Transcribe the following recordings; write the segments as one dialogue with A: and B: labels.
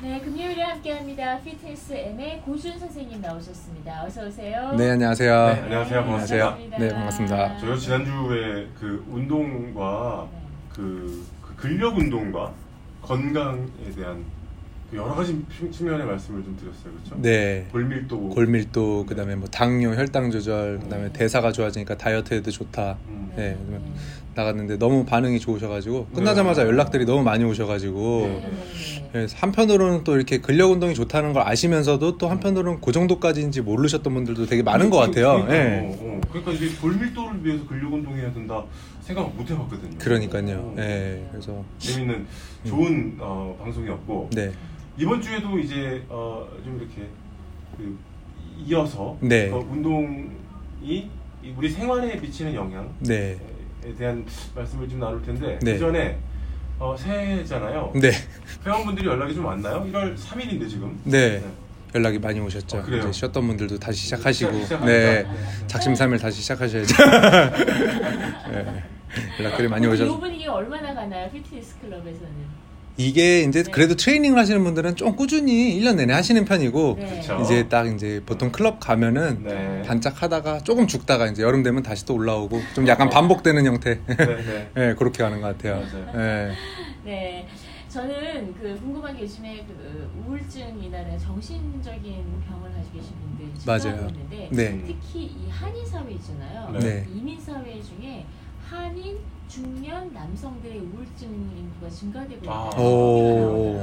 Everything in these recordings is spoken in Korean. A: 네, 금요일에 함께합니다. 피트니스 M의 고준 선생님 나오셨습니다. 어서 오세요.
B: 네 안녕하세요.
C: 네, 안녕하세요. 반갑습니다.
B: 네, 반갑습니다.
C: 저요 지난주에 그 운동과 그, 그 근력 운동과 건강에 대한 그 여러 가지 측- 측면의 말씀을 좀 드렸어요, 그렇죠?
B: 네.
C: 골밀도.
B: 골밀도 그다음에 뭐 당뇨, 혈당 조절, 그다음에
C: 음.
B: 대사가 좋아지니까 다이어트에도 좋다
C: 음.
B: 네. 나갔는데 너무 반응이 좋으셔가지고
C: 네.
B: 끝나자마자 연락들이 너무 많이 오셔가지고
C: 네.
B: 예, 한편으로는 또 이렇게 근력 운동이 좋다는 걸 아시면서도 또 한편으로는 그 정도까지인지 모르셨던 분들도 되게 많은 것 같아요.
C: 그러니까,
B: 예.
C: 어, 어. 그러니까 이게 골밀도를 위해서 근력 운동해야 된다 생각 못 해봤거든요.
B: 그러니까요.
C: 어.
B: 예. 음. 그래서
C: 재밌는 좋은 어, 방송이었고
B: 네.
C: 이번 주에도 이제 어, 좀 이렇게 그 이어서
B: 네.
C: 그 운동이 이 우리 생활에 미치는 영향
B: 네.
C: 에 대한 말씀을 좀 나눌 텐데
B: 네.
C: 그 전에 어, 새해잖아요.
B: 네.
C: 회원분들이 연락이 좀 왔나요? 1월 3일인데 지금.
B: 네. 연락이 많이 오셨죠.
C: 아, 그래요?
B: 이제 쉬었던 분들도 다시 시작하시고
C: 시작- 시작합니다.
B: 네.
C: 네.
B: 작심삼일 다시 시작하셔야죠. 네. 연락들이 많이
A: 오늘 이
B: 오셔서
A: 분위기 얼마나 가나요? 피트니스 클럽에서는.
B: 이게 이제
A: 네.
B: 그래도 트레이닝을 하시는 분들은 좀 꾸준히 1년 내내 하시는 편이고
A: 네.
C: 그쵸.
B: 이제 딱 이제 보통 클럽 가면은
C: 네.
B: 반짝하다가 조금 죽다가 이제 여름 되면 다시 또 올라오고 좀 약간 반복되는 형태.
C: 네, 네.
B: 예, 그렇게 가는 것 같아요. 예.
A: 네. 저는 그 궁금한 게 요즘에 그 우울증이나 이런 정신적인 병을 가지고 계신 분들
B: 맞아요.
A: 있는데
B: 네.
A: 특히 이 한인 사회 있잖아요.
B: 네.
A: 이민 사회 중에 한인 중년 남성들의 우울증 인구가 증가되고
C: 아.
A: 있다고
B: 오.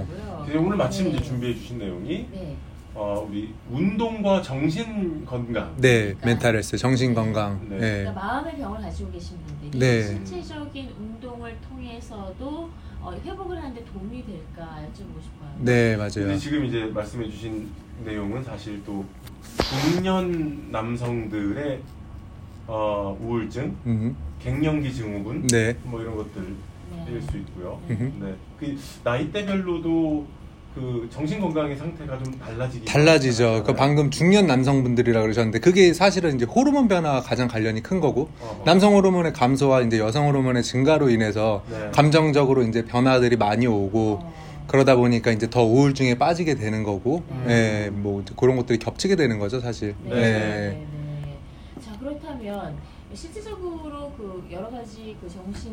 A: 나오더라고요.
C: 그래서 오늘 마침
A: 네.
C: 이제 준비해 주신 내용이
A: 네.
C: 어, 우리 운동과 정신 건강.
B: 네, 멘탈 헬스, 정신 건강.
C: 네.
B: 예.
A: 그러니까 마음의 병을 가지고 계신 분들이
B: 네.
A: 신체적인 운동을 통해서도 어, 회복을 하는데 도움이 될까 여쭤보고 싶어요.
B: 네,
C: 근데
B: 맞아요.
C: 지금 이제 말씀해 주신 내용은 사실 또 중년 남성들의 어, 우울증,
B: 음.
C: 갱년기 증후군
B: 네.
C: 뭐 이런 것들 일 수 있고요.
A: 네.
B: 음.
C: 네. 그 나이대별로도 그 정신 건강의 상태가 좀 네. 달라지기
B: 달라지죠. 그
C: 하잖아요.
B: 방금 중년 남성분들이라 그러셨는데 그게 사실은 이제 호르몬 변화와 가장 관련이 큰 거고
C: 어허.
B: 남성 호르몬의 감소와 이제 여성 호르몬의 증가로 인해서
C: 네.
B: 감정적으로 이제 변화들이 많이 오고
A: 어,
B: 그러다 보니까 이제 더 우울증에 빠지게 되는 거고
A: 음.
B: 예, 뭐 이제 그런 것들이 겹치게 되는 거죠, 사실. 예.
A: 네.
C: 네.
A: 네. 네. 자 그렇다면 실질적으로 그 여러 가지 그 정신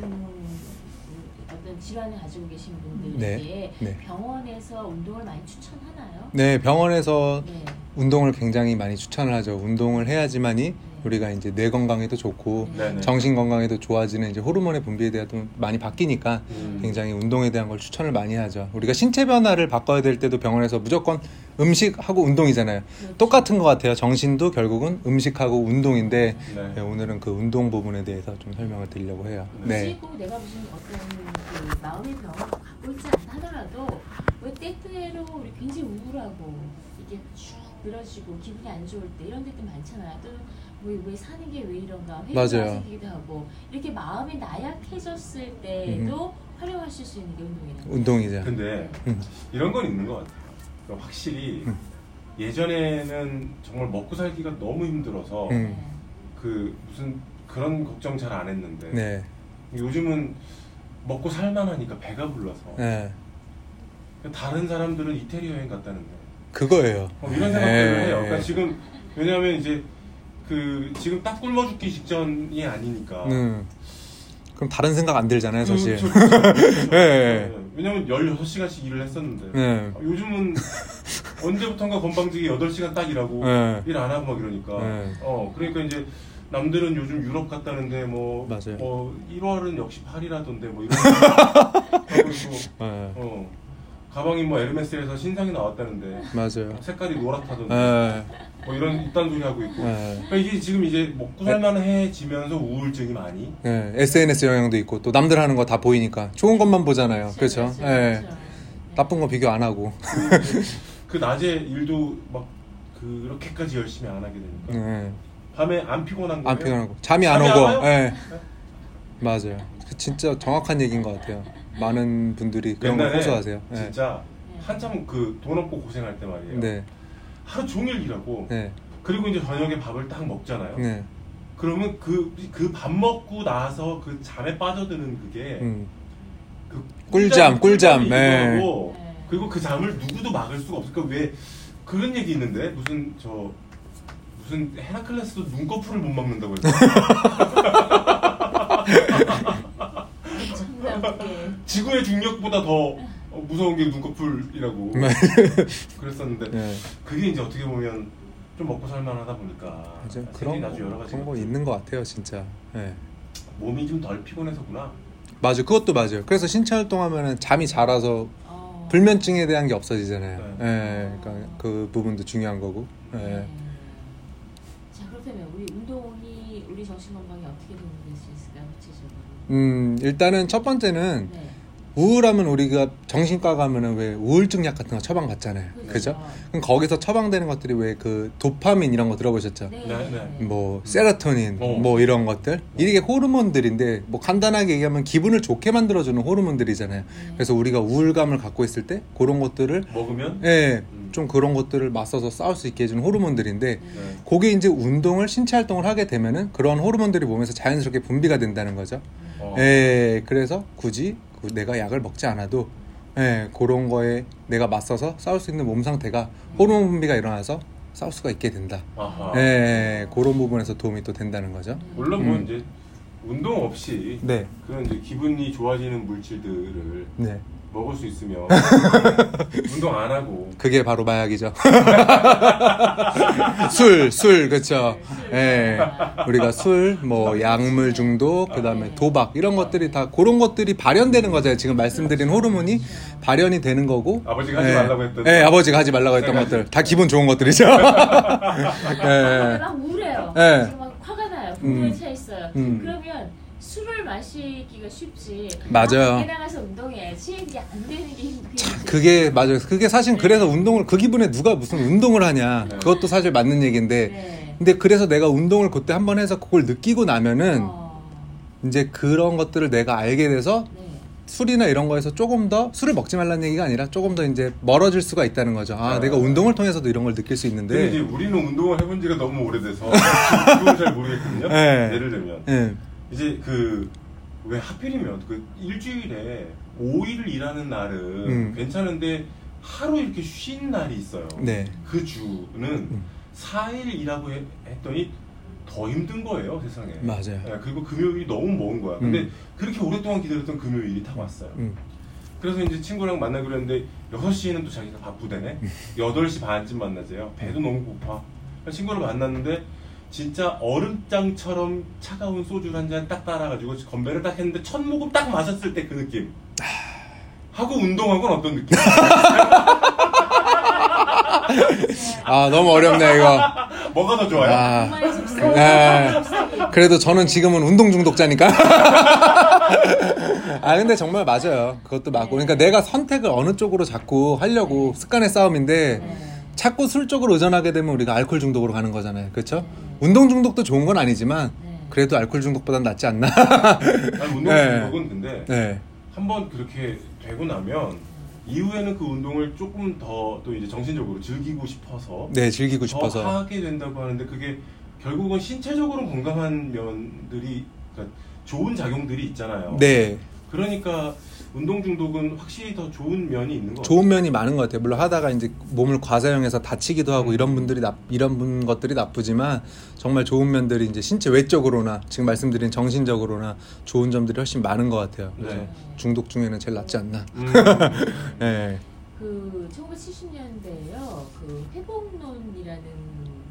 A: 어떤 질환을 가지고 계신 분들에게
B: 네. 네.
A: 병원에서 운동을 많이 추천하나요?
B: 네, 병원에서
A: 네.
B: 운동을 굉장히 많이 추천을 하죠. 운동을 해야지만이 우리가 이제 뇌 건강에도 좋고
C: 네네.
B: 정신 건강에도 좋아지는 이제 호르몬의 분비에 대해서 많이 바뀌니까
C: 음.
B: 굉장히 운동에 대한 걸 추천을 많이 하죠. 우리가 신체 변화를 바꿔야 될 때도 병원에서 무조건 음식하고 운동이잖아요.
A: 그렇죠.
B: 똑같은 것 같아요. 정신도 결국은 음식하고 운동인데
C: 네.
B: 네, 오늘은 그 운동 부분에 대해서 좀 설명을 드리려고 해요.
A: 굳이
B: 네.
A: 꼭 내가 무슨 어떤 그 마음의 병을 갖고 있지 않다 하더라도 왜 때때로 우리 굉장히 우울하고 이게 쭉 늘어지고 기분이 안 좋을 때 이런 데도 많잖아요. 또왜 왜 사는 게 왜 이런가 회의가
B: 맞아요.
A: 생기기도 하고 이렇게 마음이 나약해졌을 때도
B: 음.
A: 활용하실 수 있는 게 운동이라는 거예요.
B: 운동이죠.
C: 근데
B: 음.
C: 이런 건 있는 것 같아요. 그러니까 확실히
B: 음.
C: 예전에는 정말 먹고 살기가 너무 힘들어서
B: 음.
A: 네.
C: 그 무슨 그런 걱정 잘 안 했는데
B: 네.
C: 요즘은 먹고 살만하니까 배가 불러서
B: 네.
C: 다른 사람들은 이태리 여행 갔다는데
B: 그거예요. 네.
C: 어, 이런 생각들을 해요. 그러니까 지금 왜냐하면 이제 그 지금 딱 굶어 죽기 직전이 아니니까.
B: 음. 그럼 다른 생각 안 들잖아요,
C: 그,
B: 네, 사실.
C: 저, 저, 저, 저,
B: 예.
C: 네. 왜냐면 16시간씩 일을 했었는데
B: 네.
C: 아, 요즘은 언제부턴가 건방지게 8시간 딱 일하고
B: 네.
C: 일 안 하고 막 이러니까
B: 네.
C: 어 그러니까 이제 남들은 요즘 유럽 갔다는데 뭐,
B: 맞아요.
C: 뭐 1월은 역시 파리라던데 뭐 이런 거 그리고
B: 네.
C: 어 가방이 뭐 에르메스에서 신상이 나왔다는데
B: 맞아요.
C: 색깔이 노랗다던데
B: 네.
C: 뭐 이런 이딴 소리 하고 있고
B: 네.
C: 그러니까 이게 지금 이제 먹고 살만해지면서 우울증이 많이
B: 네, SNS 영향도 있고 또 남들 하는 거 다 보이니까 좋은 것만 보잖아요. 그렇죠?
A: 그렇죠,
B: 예.
A: 그렇죠.
B: 나쁜 거 비교 안 하고.
C: 그 낮에 일도 막 그렇게까지 열심히 안 하게 되니까
B: 예.
C: 밤에 안 피곤한 거예요?
B: 안 피곤하고 잠이 안
C: 네. 잠이 안
B: 오고.
C: 와요?
B: 예. 맞아요. 그 진짜 정확한 얘기인 것 같아요. 많은 분들이 그런 걸
C: 옛날에
B: 호소하세요. 예.
C: 진짜
A: 네.
C: 한참 그 돈 없고 고생할 때 말이에요.
B: 네.
C: 하루 종일 일하고
B: 네.
C: 그리고 이제 저녁에 밥을 딱 먹잖아요.
B: 네.
C: 그러면 그 그 밥 먹고 나서 그 잠에 빠져드는 그게
B: 음.
C: 그
B: 꿀잠, 꿀잠,
C: 꿀잠이기도
B: 예.
C: 하고
A: 네.
C: 그리고 그 잠을 누구도 막을 수가 없을까? 왜 그런 얘기 있는데 무슨 저 무슨 헤라클레스도 눈꺼풀을 못 막는다고 했어.
A: 참나 웃게.
C: 지구의 중력보다 더 어, 무서운 게 눈꺼풀이라고
B: 네.
C: 그랬었는데
B: 네.
C: 그게 이제 어떻게 보면 좀 먹고 살만하다 보니까
B: 맞아요.
C: 생각이
B: 그런
C: 나중에 여러
B: 거,
C: 가지
B: 그런 거 있는 것 같아요, 진짜. 예.
C: 몸이 좀 덜 피곤해서구나.
B: 맞아요. 그것도 맞아요. 그래서 신체 활동하면 잠이 잘 와서
A: 어.
B: 불면증에 대한 게 없어지잖아요.
C: 네.
B: 예. 그러니까 그 부분도 중요한 거고. 예.
A: 네.
C: 음.
A: 자 그렇다면 우리 운동이 우리 정신 건강에 어떻게 도움이 될 수 있을까 구체적으로?
B: 음, 일단은 첫 번째는
A: 네.
B: 우울하면 우리가 정신과 가면은 왜 우울증 약 같은 거 처방 받잖아요. 그죠? 그럼 거기서 처방되는 것들이 왜 그 도파민 이런 거 들어보셨죠?
A: 네.
C: 네,
B: 뭐 세로토닌
C: 어.
B: 뭐 이런 것들 이게 호르몬들인데 뭐 간단하게 얘기하면 기분을 좋게 만들어주는 호르몬들이잖아요.
A: 네.
B: 그래서 우리가 우울감을 갖고 있을 때 그런 것들을
C: 먹으면
B: 예,
C: 음.
B: 좀 그런 것들을 맞서서 싸울 수 있게 해주는 호르몬들인데
C: 네.
B: 그게 이제 운동을 신체 활동을 하게 되면은 그런 호르몬들이 몸에서 자연스럽게 분비가 된다는 거죠.
C: 어.
B: 예, 그래서 굳이 그 내가 약을 먹지 않아도 예, 그런 거에 내가 맞서서 싸울 수 있는 몸 상태가 호르몬 분비가 일어나서 싸울 수가 있게 된다.
C: 아하.
B: 예, 그런 부분에서 도움이 또 된다는 거죠.
C: 물론 뭐
B: 음.
C: 이제 운동 없이
B: 네,
C: 그런 이제 기분이 좋아지는 물질들을
B: 네,
C: 먹을 수 있으면 운동 안 하고
B: 그게 바로 마약이죠. 술, 술, 그렇죠. 예, 우리가 술, 뭐 약물 중독, 그다음에 도박 이런 것들이 다 그런 것들이 발현되는 거잖아요. 지금 말씀드린 호르몬이 발현이 되는 거고.
C: 아버지가 하지
B: 예.
C: 말라고 했던
B: 예, 아버지가 하지 말라고 했던
C: 생각이-
B: 것들 다 기분 좋은 것들이죠.
A: 아,
B: 예,
A: 막 우울해요.
B: 네.
A: 그래서 막 화가 나요. 분노에 차 있어요.
B: 음.
A: 그러면 술을 마시기가 쉽지.
B: 맞아요.
A: 밖에 나가서 운동해야지. 이게 안 되는 게 힘들지.
B: 그게 맞아요. 그게 사실 그래서 운동을 그 기분에 누가 무슨 운동을 하냐. 그것도 사실 맞는 얘기인데.
A: 네.
B: 근데 그래서 내가 운동을 그때 한번 해서 그걸 느끼고 나면은
A: 어,
B: 이제 그런 것들을 내가 알게 돼서
A: 네.
B: 술이나 이런 거에서 조금 더 술을 먹지 말라는 얘기가 아니라 조금 더 이제 멀어질 수가 있다는 거죠. 아,
C: 아.
B: 내가 운동을 통해서도 이런 걸 느낄 수
C: 근데 이제
B: 있는데.
C: 우리는 운동을 해본 지가 너무 오래돼서 그걸 잘 모르겠거든요.
B: 네.
C: 예를 들면
B: 예.
C: 이제 그 왜 하필이면 그 일주일에 5일 일하는 날은
B: 음.
C: 괜찮은데 하루 이렇게 쉰 날이 있어요.
B: 네.
C: 그 주는
B: 음.
C: 사 4일 일하고 해- 했더니 더 힘든 거예요 세상에.
B: 맞아요.
C: 예, 그리고 금요일이 너무 먼 거야. 근데
B: 음.
C: 그렇게 오랫동안 기다렸던 금요일이 다 왔어요.
B: 음.
C: 그래서 이제 친구랑 만나기로 했는데 6시에는 또 자기가 바쁘대네 8시 반쯤 만나재요 배도 너무 고파 그래서 친구를 만났는데 진짜 얼음장처럼 차가운 소주를 한 잔 딱 따라가지고 건배를 딱 했는데 첫 모금 딱 마셨을 때 그 느낌 하고 운동하고는 어떤 느낌?
B: 아, 너무 어렵네, 이거.
C: 뭐가 더 좋아요?
B: 아.
A: 정말 속상해.
B: 네.
A: 속상해.
B: 그래도 저는 지금은 운동 중독자니까. 아, 근데 정말 맞아요. 그것도 맞고. 그러니까 내가 선택을 어느 쪽으로 자꾸 하려고 습관의 싸움인데
A: 네.
B: 자꾸 술 쪽으로 의존하게 되면 우리가 알코올 중독으로 가는 거잖아요. 그렇죠? 운동 중독도 좋은 건 아니지만
A: 네.
B: 그래도 알코올 중독보단 낫지 않나?
C: 아니, 운동
B: 네.
C: 중독은 근데
B: 네.
C: 한번 그렇게 되고 나면 이후에는 그 운동을 조금 더 또 이제 정신적으로 즐기고 싶어서
B: 네, 즐기고
C: 더
B: 싶어서.
C: 하게 된다고 하는데 그게 결국은 신체적으로 건강한 면들이 그러니까 좋은 작용들이 있잖아요.
B: 네.
C: 그러니까 운동 중독은 확실히 더 좋은 면이 있는 것
B: 어, 좋은 면이 많은 것 같아요. 물론 하다가 이제 몸을 과사용해서 다치기도 하고 이런 분들이 나, 이런 분 것들이 나쁘지만 정말 좋은 면들이 이제 신체 외적으로나 지금 말씀드린 정신적으로나 좋은 점들이 훨씬 많은 것 같아요. 그래서
C: 네.
B: 중독 중에는 제일 낫지 않나.
C: 같아요. 음.
B: 네.
A: 그 1970년대에요. 그 회복론이라는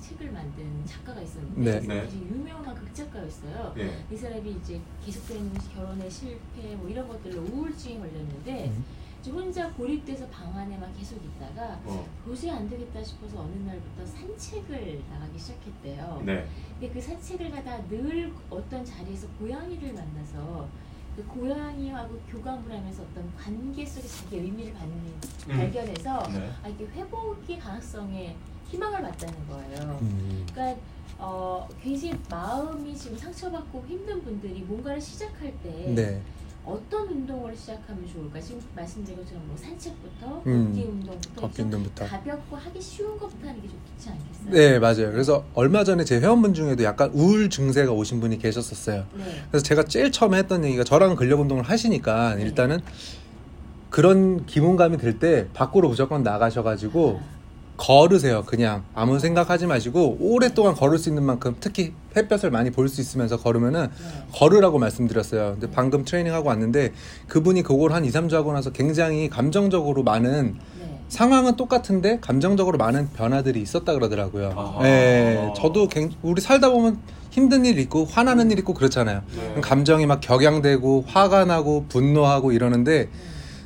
A: 책을 만든 작가가 있었는데
B: 네.
C: 네.
A: 되게 유명한 극작가였어요.
C: 예.
A: 이 사람이 이제 계속된 결혼의 실패 뭐 이런 것들로 우울증에 걸렸는데
B: 음.
A: 이제 혼자 고립돼서 방 안에만 계속 있다가
C: 어.
A: 도저히 안 되겠다 싶어서 어느 날부터 산책을 나가기 시작했대요.
C: 네.
A: 근데 그 산책을 가다 늘 어떤 자리에서 고양이를 만나서 그 고양이하고 교감을 하면서 어떤 관계 속에 자기 의미를 받는
C: 음.
A: 발견해서
C: 네.
A: 아, 이게 회복의 가능성에 희망을 봤다는 거예요.
B: 음.
A: 그러니까 어, 굉장히 마음이 지금 상처받고 힘든 분들이 뭔가를 시작할 때
B: 네.
A: 어떤 운동을 시작하면 좋을까? 지금 말씀드린 것처럼 뭐 산책부터
B: 음.
A: 걷기 운동부터
B: 걷기
A: 좀
B: 운동부터.
A: 가볍고 하기 쉬운 것부터 하는 게 좋지 않겠어요?
B: 네, 맞아요. 그래서 얼마 전에 제 회원분 중에도 약간 우울 증세가 오신 분이 계셨었어요.
A: 네.
B: 그래서 제가 제일 처음에 했던 얘기가 저랑 근력 운동을 하시니까 일단은 그런 기분감이 들 때 밖으로 무조건 나가셔가지고 걸으세요. 그냥 아무 생각하지 마시고 오랫동안 걸을 수 있는 만큼 특히 햇볕을 많이 볼 수 있으면서 걸으면은
A: 네.
B: 걸으라고 말씀드렸어요. 근데 방금 트레이닝하고 왔는데 그분이 그걸 한 2, 3주 하고 나서 굉장히 감정적으로 많은
A: 네.
B: 상황은 똑같은데 감정적으로 많은 변화들이 있었다 그러더라고요.
C: 아.
B: 예. 저도 굉- 우리 살다 보면 힘든 일 있고 화나는 일 있고 그렇잖아요.
C: 네.
B: 감정이 막 격양되고 화가 나고 분노하고 이러는데
A: 네.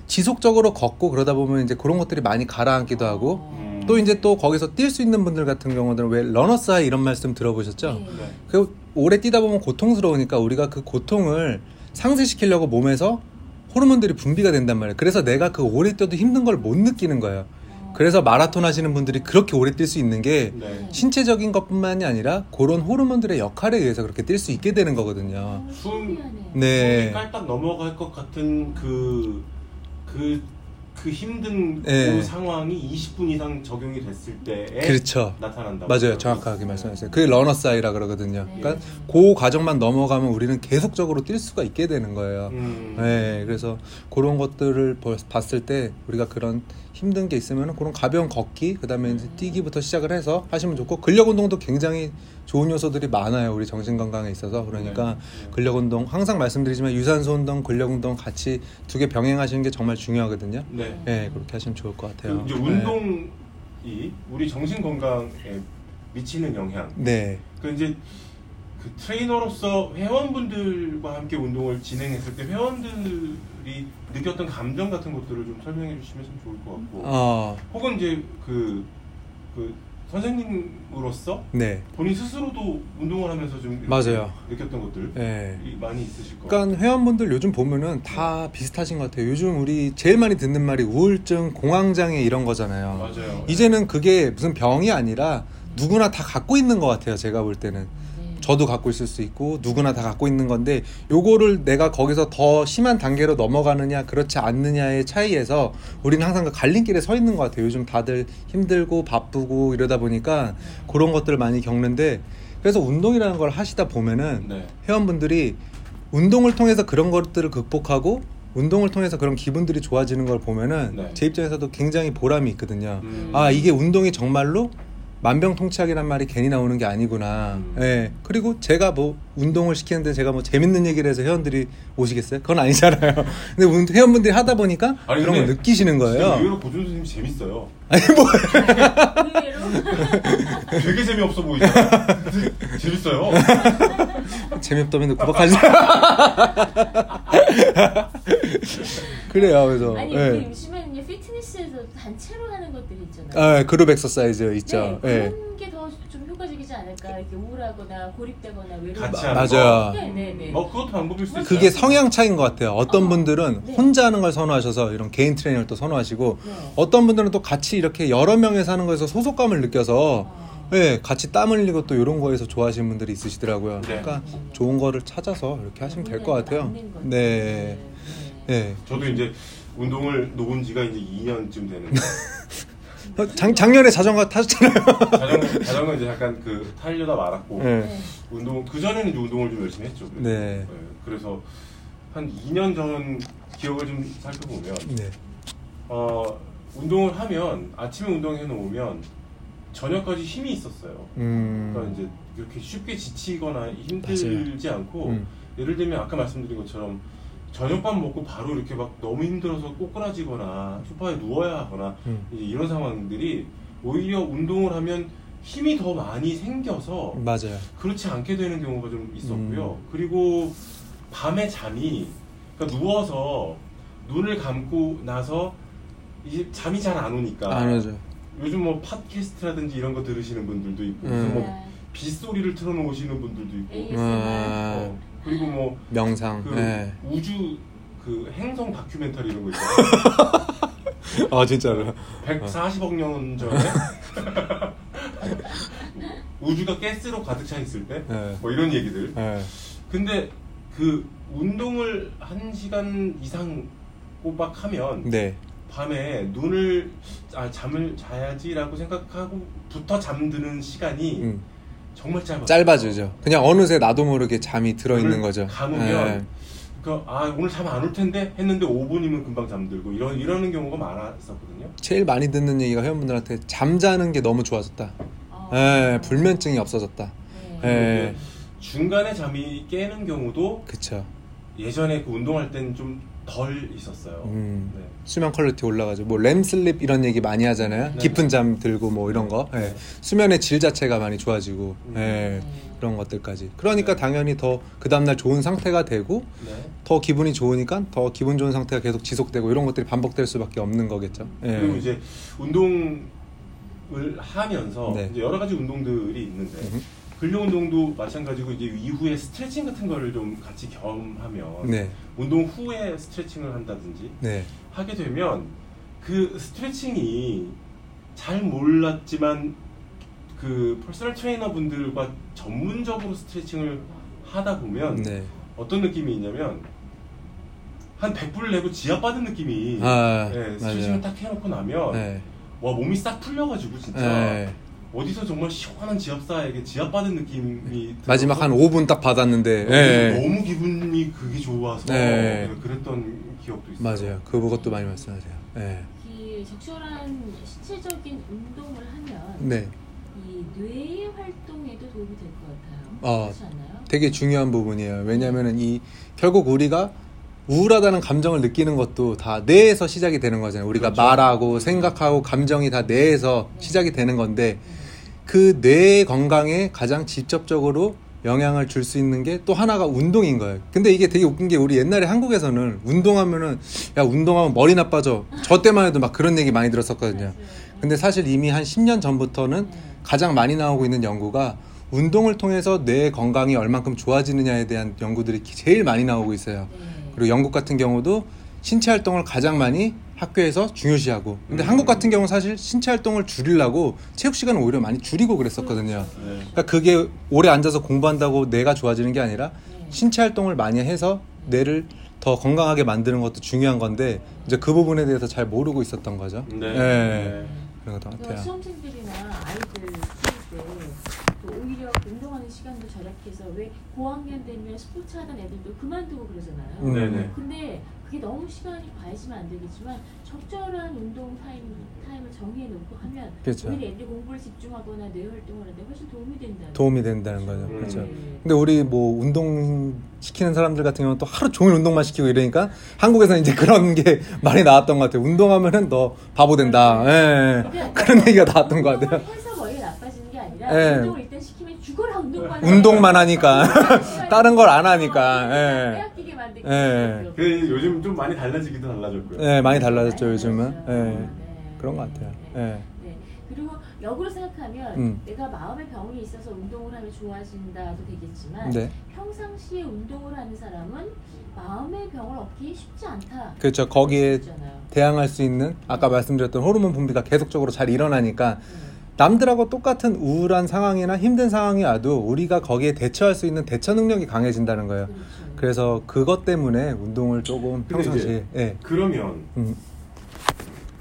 B: 지속적으로 걷고 그러다 보면 이제 그런 것들이 많이 가라앉기도 하고
A: 어.
C: 음.
B: 또 이제 또 거기서 뛸 수 있는 분들 같은 경우들은 왜 러너스 하이 이런 말씀 들어보셨죠?
A: 네.
C: 네.
B: 그 오래 뛰다 보면 고통스러우니까 우리가 그 고통을 상쇄시키려고 몸에서 호르몬들이 분비가 된단 말이에요. 그래서 내가 그 오래 뛰어도 힘든 걸 못 느끼는 거예요.
A: 어,
B: 그래서 마라톤 하시는 분들이 그렇게 오래 뛸 수 있는 게
C: 네.
B: 신체적인 것뿐만이 아니라 그런 호르몬들의 역할에 의해서 그렇게 뛸 수 있게 되는 거거든요.
A: 어,
C: 숨-
A: 신기하네요.
B: 아. 네.
C: 깔딱 넘어갈 것 같은 그, 그, 그 힘든
B: 네.
C: 그 상황이 20분 이상 적용이 됐을 때에
B: 그렇죠.
C: 나타난다.
B: 맞아요. 정확하게 말씀하셨어요. 그게 러너사이라 그러거든요.
A: 네.
B: 그러니까 그 과정만 넘어가면 우리는 계속적으로 뛸 수가 있게 되는 거예요.
C: 음.
B: 네, 그래서 그런 것들을 벌- 봤을 때 우리가 그런 힘든 게 있으면 그런 가벼운 걷기, 그다음에 이제 뛰기부터 시작을 해서 하시면 좋고 근력 운동도 굉장히 좋은 요소들이 많아요. 우리 정신 건강에 있어서 그러니까
C: 네.
B: 근력 운동 항상 말씀드리지만 유산소 운동, 근력 운동 같이 두 개 병행하시는 게 정말 중요하거든요.
C: 네.
B: 네, 그렇게 하시면 좋을 것 같아요. 네.
C: 그 이제 운동이 우리 정신 건강에 미치는 영향.
B: 네,
C: 그 이제 그 트레이너로서 회원분들과 함께 운동을 진행했을 때 회원들이 느꼈던 감정 같은 것들을 좀 설명해 주시면 참 좋을 것 같고.
B: 어,
C: 혹은 이제 그, 그 선생님으로서
B: 네,
C: 본인 스스로도 운동을 하면서 좀 이렇게
B: 맞아요.
C: 느꼈던 것들
B: 네.
C: 이 많이 있으실 것 같아요.
B: 그러니까 회원분들 요즘 보면은 다 비슷하신 것 같아요. 요즘 우리 제일 많이 듣는 말이 우울증, 공황장애 이런 거잖아요.
C: 맞아요.
B: 이제는 그게 무슨 병이 아니라 누구나 다 갖고 있는 것 같아요. 제가 볼 때는
A: 네.
B: 저도 갖고 있을 수 있고 누구나 다 갖고 있는 건데 요거를 내가 거기서 더 심한 단계로 넘어가느냐 그렇지 않느냐의 차이에서 우리는 항상 그 갈림길에 서 있는 것 같아요. 요즘 다들 힘들고 바쁘고 이러다 보니까 그런 것들을 많이 겪는데 그래서 운동이라는 걸 하시다 보면은
C: 네.
B: 회원분들이 운동을 통해서 그런 것들을 극복하고 운동을 통해서 그런 기분들이 좋아지는 걸 보면은
C: 네.
B: 제 입장에서도 굉장히 보람이 있거든요.
C: 음.
B: 아 이게 운동이 정말로 만병통치약이란 말이 괜히 나오는 게 아니구나.
C: 음.
B: 예. 그리고 제가 뭐 운동을 시키는데 제가 뭐 재밌는 얘기를 해서 회원들이 오시겠어요? 그건 아니잖아요. 근데 운- 회원분들이 하다 보니까
C: 아니,
B: 그런 걸
C: 근데
B: 느끼시는
C: 진짜
B: 거예요.
C: 의외로 고준 선생님 재밌어요.
A: 의외로
C: 되게 재미없어 보이잖아요. 근데 재밌어요.
B: 아, 재미없다면 구박하지. 그래요. 그래서
A: 아니
B: 예.
A: 근데 요즘에는 이제 피트니스에서 단체로 하는 것들이 있잖아요.
B: 아, 그룹 엑서사이즈 있죠.
A: 네,
B: 예.
A: 그런 게 더 좀 효과적이지 않을까 이렇게 우울하거나 고립되거나 외로운
C: 같이
A: 거.
C: 하는
B: 맞아요.
C: 거.
A: 네, 네, 네.
C: 뭐 그것도 방법일 수 있어요.
B: 예. 그게 성향 차이인 것 같아요. 어떤
A: 어,
B: 분들은
A: 네.
B: 혼자 하는 걸 선호하셔서 이런 개인 트레이닝을 또 선호하시고
A: 네.
B: 어떤 분들은 또 같이 이렇게 여러 명에서 하는 거에서 소속감을 느껴서
A: 아.
B: 예, 같이 땀 흘리고 또 이런 거에서 좋아하시는 분들이 있으시더라고요.
C: 네.
B: 그러니까 좋은 거를 찾아서 이렇게 하시면 될 것 같아요.
A: 맞는 거죠.
B: 네.
A: 네.
B: 예.
C: 저도 이제 운동을 놓은 지가 이제 2년쯤 되는데
B: 어, 작, 작년에 자전거 타셨잖아요.
C: 자전거, 자전거 이제 약간 그 타려다 말았고
B: 예.
A: 네.
C: 운동 그 전에는 이제 운동을 좀 열심히 했죠. 그래서.
B: 네.
C: 예, 그래서 한 2년 전 기억을 좀 살펴보면
B: 네.
C: 어, 운동을 하면 아침에 운동해 놓으면 저녁까지 힘이 있었어요. 그러니까
B: 음.
C: 이제 이렇게 쉽게 지치거나 힘들지 않고
B: 음.
C: 예를 들면 아까 말씀드린 것처럼 저녁밥 먹고 바로 이렇게 막 너무 힘들어서 꼬꾸라지거나 소파에 누워야 하거나
B: 음.
C: 이제 이런 상황들이 오히려 운동을 하면 힘이 더 많이 생겨서
B: 맞아요.
C: 그렇지 않게 되는 경우가 좀 있었고요. 그리고 밤에 잠이 그러니까 누워서 눈을 감고 나서 이제 잠이 잘 안 오니까
B: 안 오죠.
C: 요즘 뭐 팟캐스트라든지 이런 거 들으시는 분들도 있고
A: 네.
B: 음.
C: 그래서 뭐 빗소리를 틀어놓으시는 분들도 있고
A: ASMR.
B: 아,
C: 어, 그리고 뭐 그
B: 명상. 예.
C: 우주 그 행성 다큐멘터리 이런 거 있잖아요.
B: 아, 진짜로.
C: 140억 년 전에 우주가 가스로 가득 차 있을 때 뭐
B: 예.
C: 이런 얘기들
B: 예.
C: 근데 그 운동을 한 시간 이상 꼬박 하면
B: 네.
C: 밤에 눈을 아 잠을 자야지라고 생각하고부터 잠드는 시간이
B: 음.
C: 정말 짧아.
B: 짧아지죠. 그냥 어느새 나도 모르게 잠이 들어 있는 거죠.
C: 감으면
B: 예.
C: 그러니까 아 오늘 잠 안 올 텐데 했는데 5분이면 금방 잠들고 이런 이러는 경우가 많았었거든요.
B: 제일 많이 듣는 얘기가 회원분들한테 잠자는 게 너무 좋아졌다.
A: 어.
B: 예, 불면증이 없어졌다.
A: 네.
B: 예.
C: 그리고 중간에 잠이 깨는 경우도
B: 그쵸.
C: 예전에 그 운동할 때는 좀 덜 있었어요.
B: 음.
C: 네.
B: 수면 퀄리티 올라가죠. 뭐 램슬립 이런 얘기 많이 하잖아요.
C: 네.
B: 깊은 잠 들고 뭐 이런 거. 예.
C: 네.
B: 수면의 질 자체가 많이 좋아지고.
C: 음.
B: 예.
A: 네.
B: 그런 것들까지. 그러니까
C: 네.
B: 당연히 더 그 다음날 좋은 상태가 되고
C: 네.
B: 더 기분이 좋으니까 더 기분 좋은 상태가 계속 지속되고 이런 것들이 반복될 수밖에 없는 거겠죠. 예.
C: 그리고 이제 운동을 하면서
B: 네.
C: 이제 여러 가지 운동들이 있는데
B: 음.
C: 근력 운동도 마찬가지고 이제 이후에 스트레칭 같은 거를 좀 같이 경험하면
B: 네.
C: 운동 후에 스트레칭을 한다든지
B: 네.
C: 하게 되면 그 스트레칭이 잘 몰랐지만 그 퍼스널 트레이너 분들과 전문적으로 스트레칭을 하다 보면
B: 네.
C: 어떤 느낌이 있냐면 한 100불 내고 지압 받은 느낌이
B: 아,
C: 예, 스트레칭을
B: 맞아요.
C: 딱 해놓고 나면
B: 네.
C: 와 몸이 싹 풀려가지고 진짜
B: 네.
C: 어디서 정말 시원한 지압사에게 지압받은 느낌이
B: 네. 마지막 한
C: 들어서
B: 5분 딱 받았는데. 예.
C: 너무 기분이 그게 좋아서
B: 네.
C: 그랬던 기억도 있어요.
B: 맞아요. 그것도 많이 말씀하세요. 예.
A: 그 적절한 신체적인 운동을 하면
B: 네.
A: 이 뇌의 활동에도 도움이 될 것 같아요.
B: 어.
A: 그렇지 않아요?
B: 되게 중요한 부분이에요. 왜냐면은 이 결국 우리가 우울하다는 감정을 느끼는 것도 다 뇌에서 시작이 되는 거잖아요. 우리가
C: 그렇죠.
B: 말하고 생각하고 감정이 다 뇌에서
A: 네.
B: 시작이 되는 건데
A: 네.
B: 그 뇌의 건강에 가장 직접적으로 영향을 줄 수 있는 게 또 하나가 운동인 거예요. 근데 이게 되게 웃긴 게 우리 옛날에 한국에서는 운동하면은 야 운동하면 머리 나빠져. 저 때만 해도 막 그런 얘기 많이 들었었거든요.
A: 맞아요.
B: 근데 사실 이미 한 10년 전부터는
A: 네.
B: 가장 많이 나오고 있는 연구가 운동을 통해서 뇌의 건강이 얼만큼 좋아지느냐에 대한 연구들이 기- 제일 많이 나오고 있어요.
A: 네.
B: 그리고 영국 같은 경우도 신체 활동을 가장 많이 학교에서 중요시하고 근데
C: 음.
B: 한국 같은 경우는 사실 신체 활동을 줄이려고 체육 시간을 오히려 많이 줄이고 그랬었거든요.
A: 그렇죠.
C: 네.
B: 그러니까 그게 오래 앉아서 공부한다고 뇌가 좋아지는 게 아니라
A: 네.
B: 신체 활동을 많이 해서 뇌를 더 건강하게 만드는 것도 중요한 건데 이제 그 부분에 대해서 잘 모르고 있었던 거죠.
C: 네.
B: 예.
C: 네.
B: 그런 것
A: 그러니까
B: 같아요.
A: 수험생들이나 아이들 키울 때그 오히려 운동하는 시간도 절약해서 왜 고학년 되면 스포츠 하던 애들도 그만두고 그러잖아요.
B: 음.
C: 네네.
A: 근데 그게 너무 시간이 과해지면 안 되겠지만 적절한 운동 타임 타임을 정해 놓고 하면
B: 그렇죠.
A: 오히려 애들이 공부를 집중하거나 뇌 활동을 하는데 훨씬 도움이 된다.
B: 도움이 된다는 거죠.
C: 음.
B: 그렇죠.
A: 네.
B: 근데 우리 뭐 운동 시키는 사람들 같은 경우는 또 하루 종일 운동만 시키고 이러니까 한국에서는 이제 그런 게 많이 나왔던 것 같아요. 운동하면은 너 바보 된다. 예, 예. 그런 얘기가 나왔던 것 같아요.
A: 운동을 해서 머리가 나빠지는 게 아니라
B: 네.
A: 운동을 일단 시키면 죽어라 운동만. 해.
B: 운동만 하니까 다른 걸 안 하니까. 예.
A: 빼앗기게 만들기.
B: 예.
C: 그 요즘 좀 많이 달라지기도 달라졌고요.
B: 예, 많이 달라졌죠 요즘은.
A: 네.
B: 예. 그런 것 같아요. 예.
A: 네. 그리고 역으로 생각하면
B: 음.
A: 내가 마음의 병이 있어서 운동을 하면 좋아진다도 되겠지만
B: 네.
A: 평상시에 운동을 하는 사람은 마음의 병을 얻기 쉽지 않다.
B: 그렇죠. 거기에
A: 그렇잖아요.
B: 대항할 수 있는 아까 말씀드렸던 호르몬 분비가 계속적으로 잘 일어나니까
A: 음.
B: 남들하고 똑같은 우울한 상황이나 힘든 상황이 와도 우리가 거기에 대처할 수 있는 대처 능력이 강해진다는 거예요.
A: 그렇죠.
B: 네. 그래서 그것 때문에 운동을 조금
C: 근데
B: 평상시에 예.
C: 그러면
B: 음,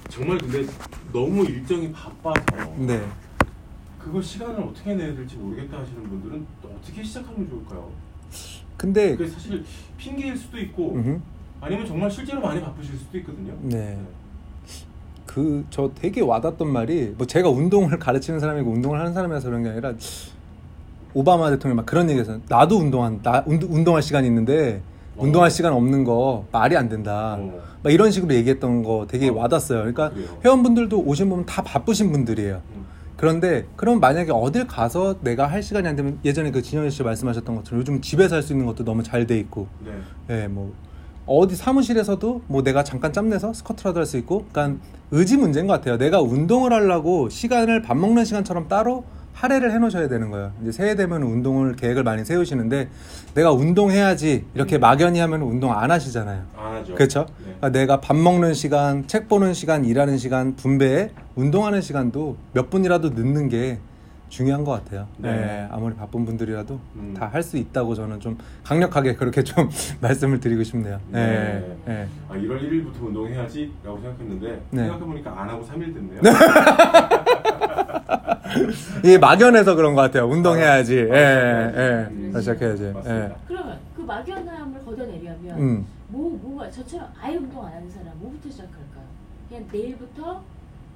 C: 정말 근데 너무 일정이 바빠서
B: 네.
C: 그걸 시간을 어떻게 내야 될지 모르겠다 하시는 분들은 또 어떻게 시작하면 좋을까요?
B: 근데
C: 그게 사실 핑계일 수도 있고
B: 네. 음흠.
C: 아니면 정말 실제로 많이 바쁘실 수도 있거든요.
B: 네. 그 저 되게 와닿던 말이 뭐 제가 운동을 가르치는 사람이고 운동을 하는 사람이라서 그런 게 아니라 오바마 대통령 막 그런 얘기해서 나도 운동한 나 운동, 운동할 시간이 있는데
C: 어.
B: 운동할 시간 없는 거 말이 안 된다.
C: 어.
B: 막 이런 식으로 얘기했던 거 되게
C: 어.
B: 와닿았어요. 그러니까
C: 그래요.
B: 회원분들도 오신 분다 바쁘신 분들이에요.
C: 음.
B: 그런데 그럼 만약에 어딜 가서 내가 할 시간이 안 되면 예전에 그 진현 씨 말씀하셨던 것처럼 요즘 집에서 할 수 있는 것도 너무 잘 돼 있고
C: 네.
B: 예, 뭐 어디 사무실에서도 뭐 내가 잠깐 짬 내서 스쿼트라도 할 수 있고, 그러니까 의지 문제인 것 같아요. 내가 운동을 하려고 시간을 밥 먹는 시간처럼 따로 할애를 해놓으셔야 되는 거예요. 이제 새해 되면 운동을 계획을 많이 세우시는데 내가 운동해야지 이렇게 막연히 하면 운동 안 하시잖아요.
C: 안 하죠.
B: 그렇죠?
C: 네.
B: 그러니까 내가 밥 먹는 시간, 책 보는 시간, 일하는 시간 분배에 운동하는 시간도 몇 분이라도 늦는 게 중요한 것 같아요.
C: 네.
B: 네. 아무리 바쁜 분들이라도
C: 음.
B: 다 할 수 있다고 저는 좀 강력하게 그렇게 좀 말씀을 드리고 싶네요.
C: 네.
B: 네. 네.
C: 아 1월 1일부터 운동해야지라고 생각했는데
B: 네.
C: 생각해보니까 안 하고 3일 됐네요.
B: 이게 막연해서 그런 것 같아요. 운동해야지.
C: 아,
B: 예, 예.
C: 음,
B: 다시 시작해야지. 예.
C: 맞습니다.
A: 그러면 그 막연함을 걷어내려면 시작하면
B: 음.
A: 뭐 뭐가 저처럼 아예 운동 안 하는 사람 뭐부터 시작할까요? 그냥 내일부터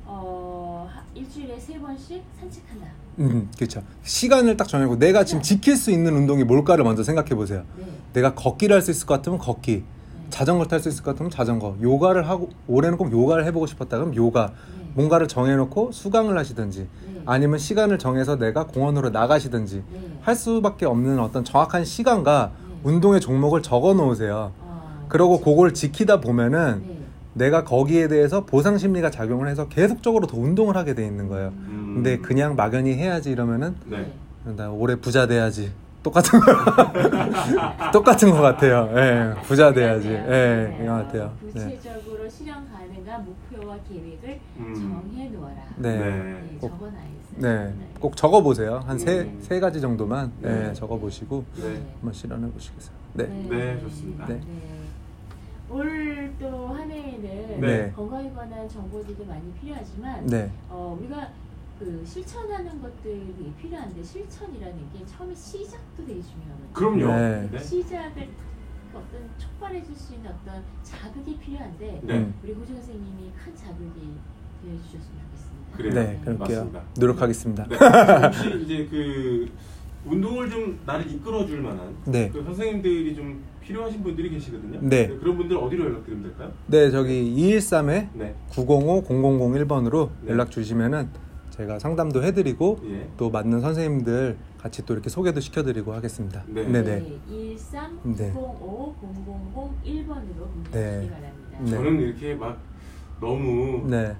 A: 어 하- 일주일에 세 번씩 산책한다.
B: 음, 그렇죠. 시간을 딱 정해고 내가 지금 지킬 수 있는 운동이 뭘까를 먼저 생각해 보세요.
A: 네.
B: 내가 걷기를 할 수 있을 것 같으면 걷기,
A: 네.
B: 자전거 탈 수 있을 것 같으면 자전거, 요가를 하고 올해는 꼭 요가를 해보고 싶었다 그럼 요가,
A: 네.
B: 뭔가를 정해놓고 수강을 하시든지,
A: 네.
B: 뭐? 아니면 시간을 정해서 내가 공원으로 나가시든지
A: 네.
B: 할 수밖에 없는 어떤 정확한 시간과
A: 네.
B: 운동의 종목을 적어 놓으세요.
A: 아,
B: 그러고 그걸 지키다 보면은
A: 네.
B: 내가 거기에 대해서 보상 심리가 작용을 해서 계속적으로 더 운동을 하게 돼 있는 거예요.
C: 음.
B: 근데 그냥 막연히 해야지 이러면은
C: 네.
B: 나 올해 부자 돼야지 똑같은 거 똑같은 것 같아요. 예, 부자 돼야지. 예,
A: 그러네요.
B: 이거 같아요. 네.
A: 구체적으로 실현 가능한 목표와 계획을
C: 음.
A: 정해 놓아라.
B: 네.
A: 네,
B: 꼭-
A: 적어놔야겠어요.
B: 네, 꼭 적어 보세요. 한 세 세
C: 네.
B: 가지 정도만
C: 네.
B: 예, 적어 보시고
C: 네.
B: 한번 실현해 보시겠어요. 네,
C: 네, 좋습니다.
B: 네.
A: 올 또 한 해에는
B: 네.
A: 건강에 관한 정보들도 많이 필요하지만
B: 네,
A: 어, 우리가 그 실천하는 것들이 필요한데 실천이라는 게 처음에 시작도 되게 중요하거든요.
C: 그럼요.
B: 네.
C: 네.
A: 시작을 어떤 촉발해 줄 수 있는 어떤 자극이 필요한데
C: 네.
B: 음.
A: 우리 고준 선생님이 큰 자극이 되어 주셨으면 좋겠습니다.
C: 그래요.
B: 네, 그럴게요.
C: 맞습니다.
B: 노력하겠습니다.
C: 네. 혹시 이제 그 운동을 좀 나를 이끌어 줄 만한
B: 네.
C: 그 선생님들이 좀 필요하신 분들이 계시거든요.
B: 네.
C: 그런 분들 어디로 연락드리면 될까요?
B: 네, 저기 213에
C: 네.
B: 905-0001번으로
C: 네.
B: 연락 주시면은 제가 상담도 해드리고
C: 예.
B: 또 맞는 선생님들 같이 또 이렇게 소개도 시켜드리고 하겠습니다.
C: 네.
B: 네, 네.
A: 네, 13
B: 네.
A: 05 0001번으로 문의
B: 네.
A: 주시기 바랍니다.
B: 네.
C: 저는 이렇게 막 너무
B: 네.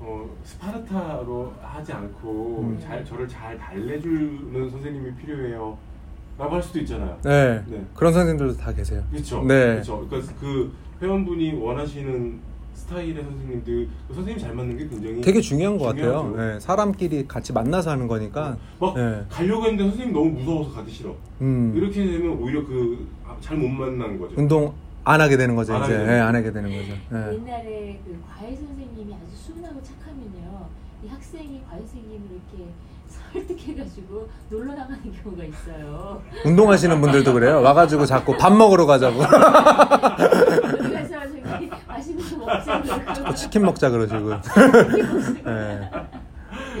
C: 어, 스파르타로 하지 않고
B: 음.
C: 잘 저를 잘 달래주는 선생님이 필요해요. 라고 할 수도 있잖아요.
B: 네.
C: 네.
B: 그런 선생님들도 다 계세요.
C: 그렇죠.
B: 네.
C: 그렇죠. 그러니까 그 회원분이 원하시는 스타일의 선생님들 그 선생님 잘 맞는 게 굉장히
B: 되게 중요한 것 같아요.
C: 중요하죠.
B: 네, 사람끼리 같이 만나서 하는 거니까.
C: 막
B: 네.
C: 가려고 했는데 선생님 너무 무서워서 가기 싫어.
B: 음.
C: 어? 이렇게 되면 오히려 그 잘 못 만난 거죠.
B: 운동 안 하게 되는 거죠.
C: 안
B: 이제
C: 하게
B: 네,
C: 되는
B: 안 하게 되는 거죠. 네.
A: 옛날에 그 과외 선생님이 아주 순하고 착하면요, 이 학생이 과외 선생님을 이렇게 설득해가지고 놀러 나가는 경우가 있어요.
B: 운동하시는 분들도 그래요. 와가지고 자꾸 밥 먹으러 가자고
A: 어디 가서 저기 맛있는 거 먹자 그러고
B: 치킨 먹자 그러시고. 네.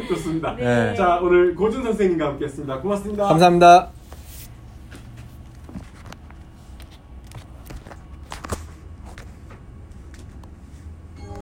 C: 좋습니다.
B: 네.
C: 자 오늘 고준 선생님과 함께했습니다. 고맙습니다.
B: 감사합니다.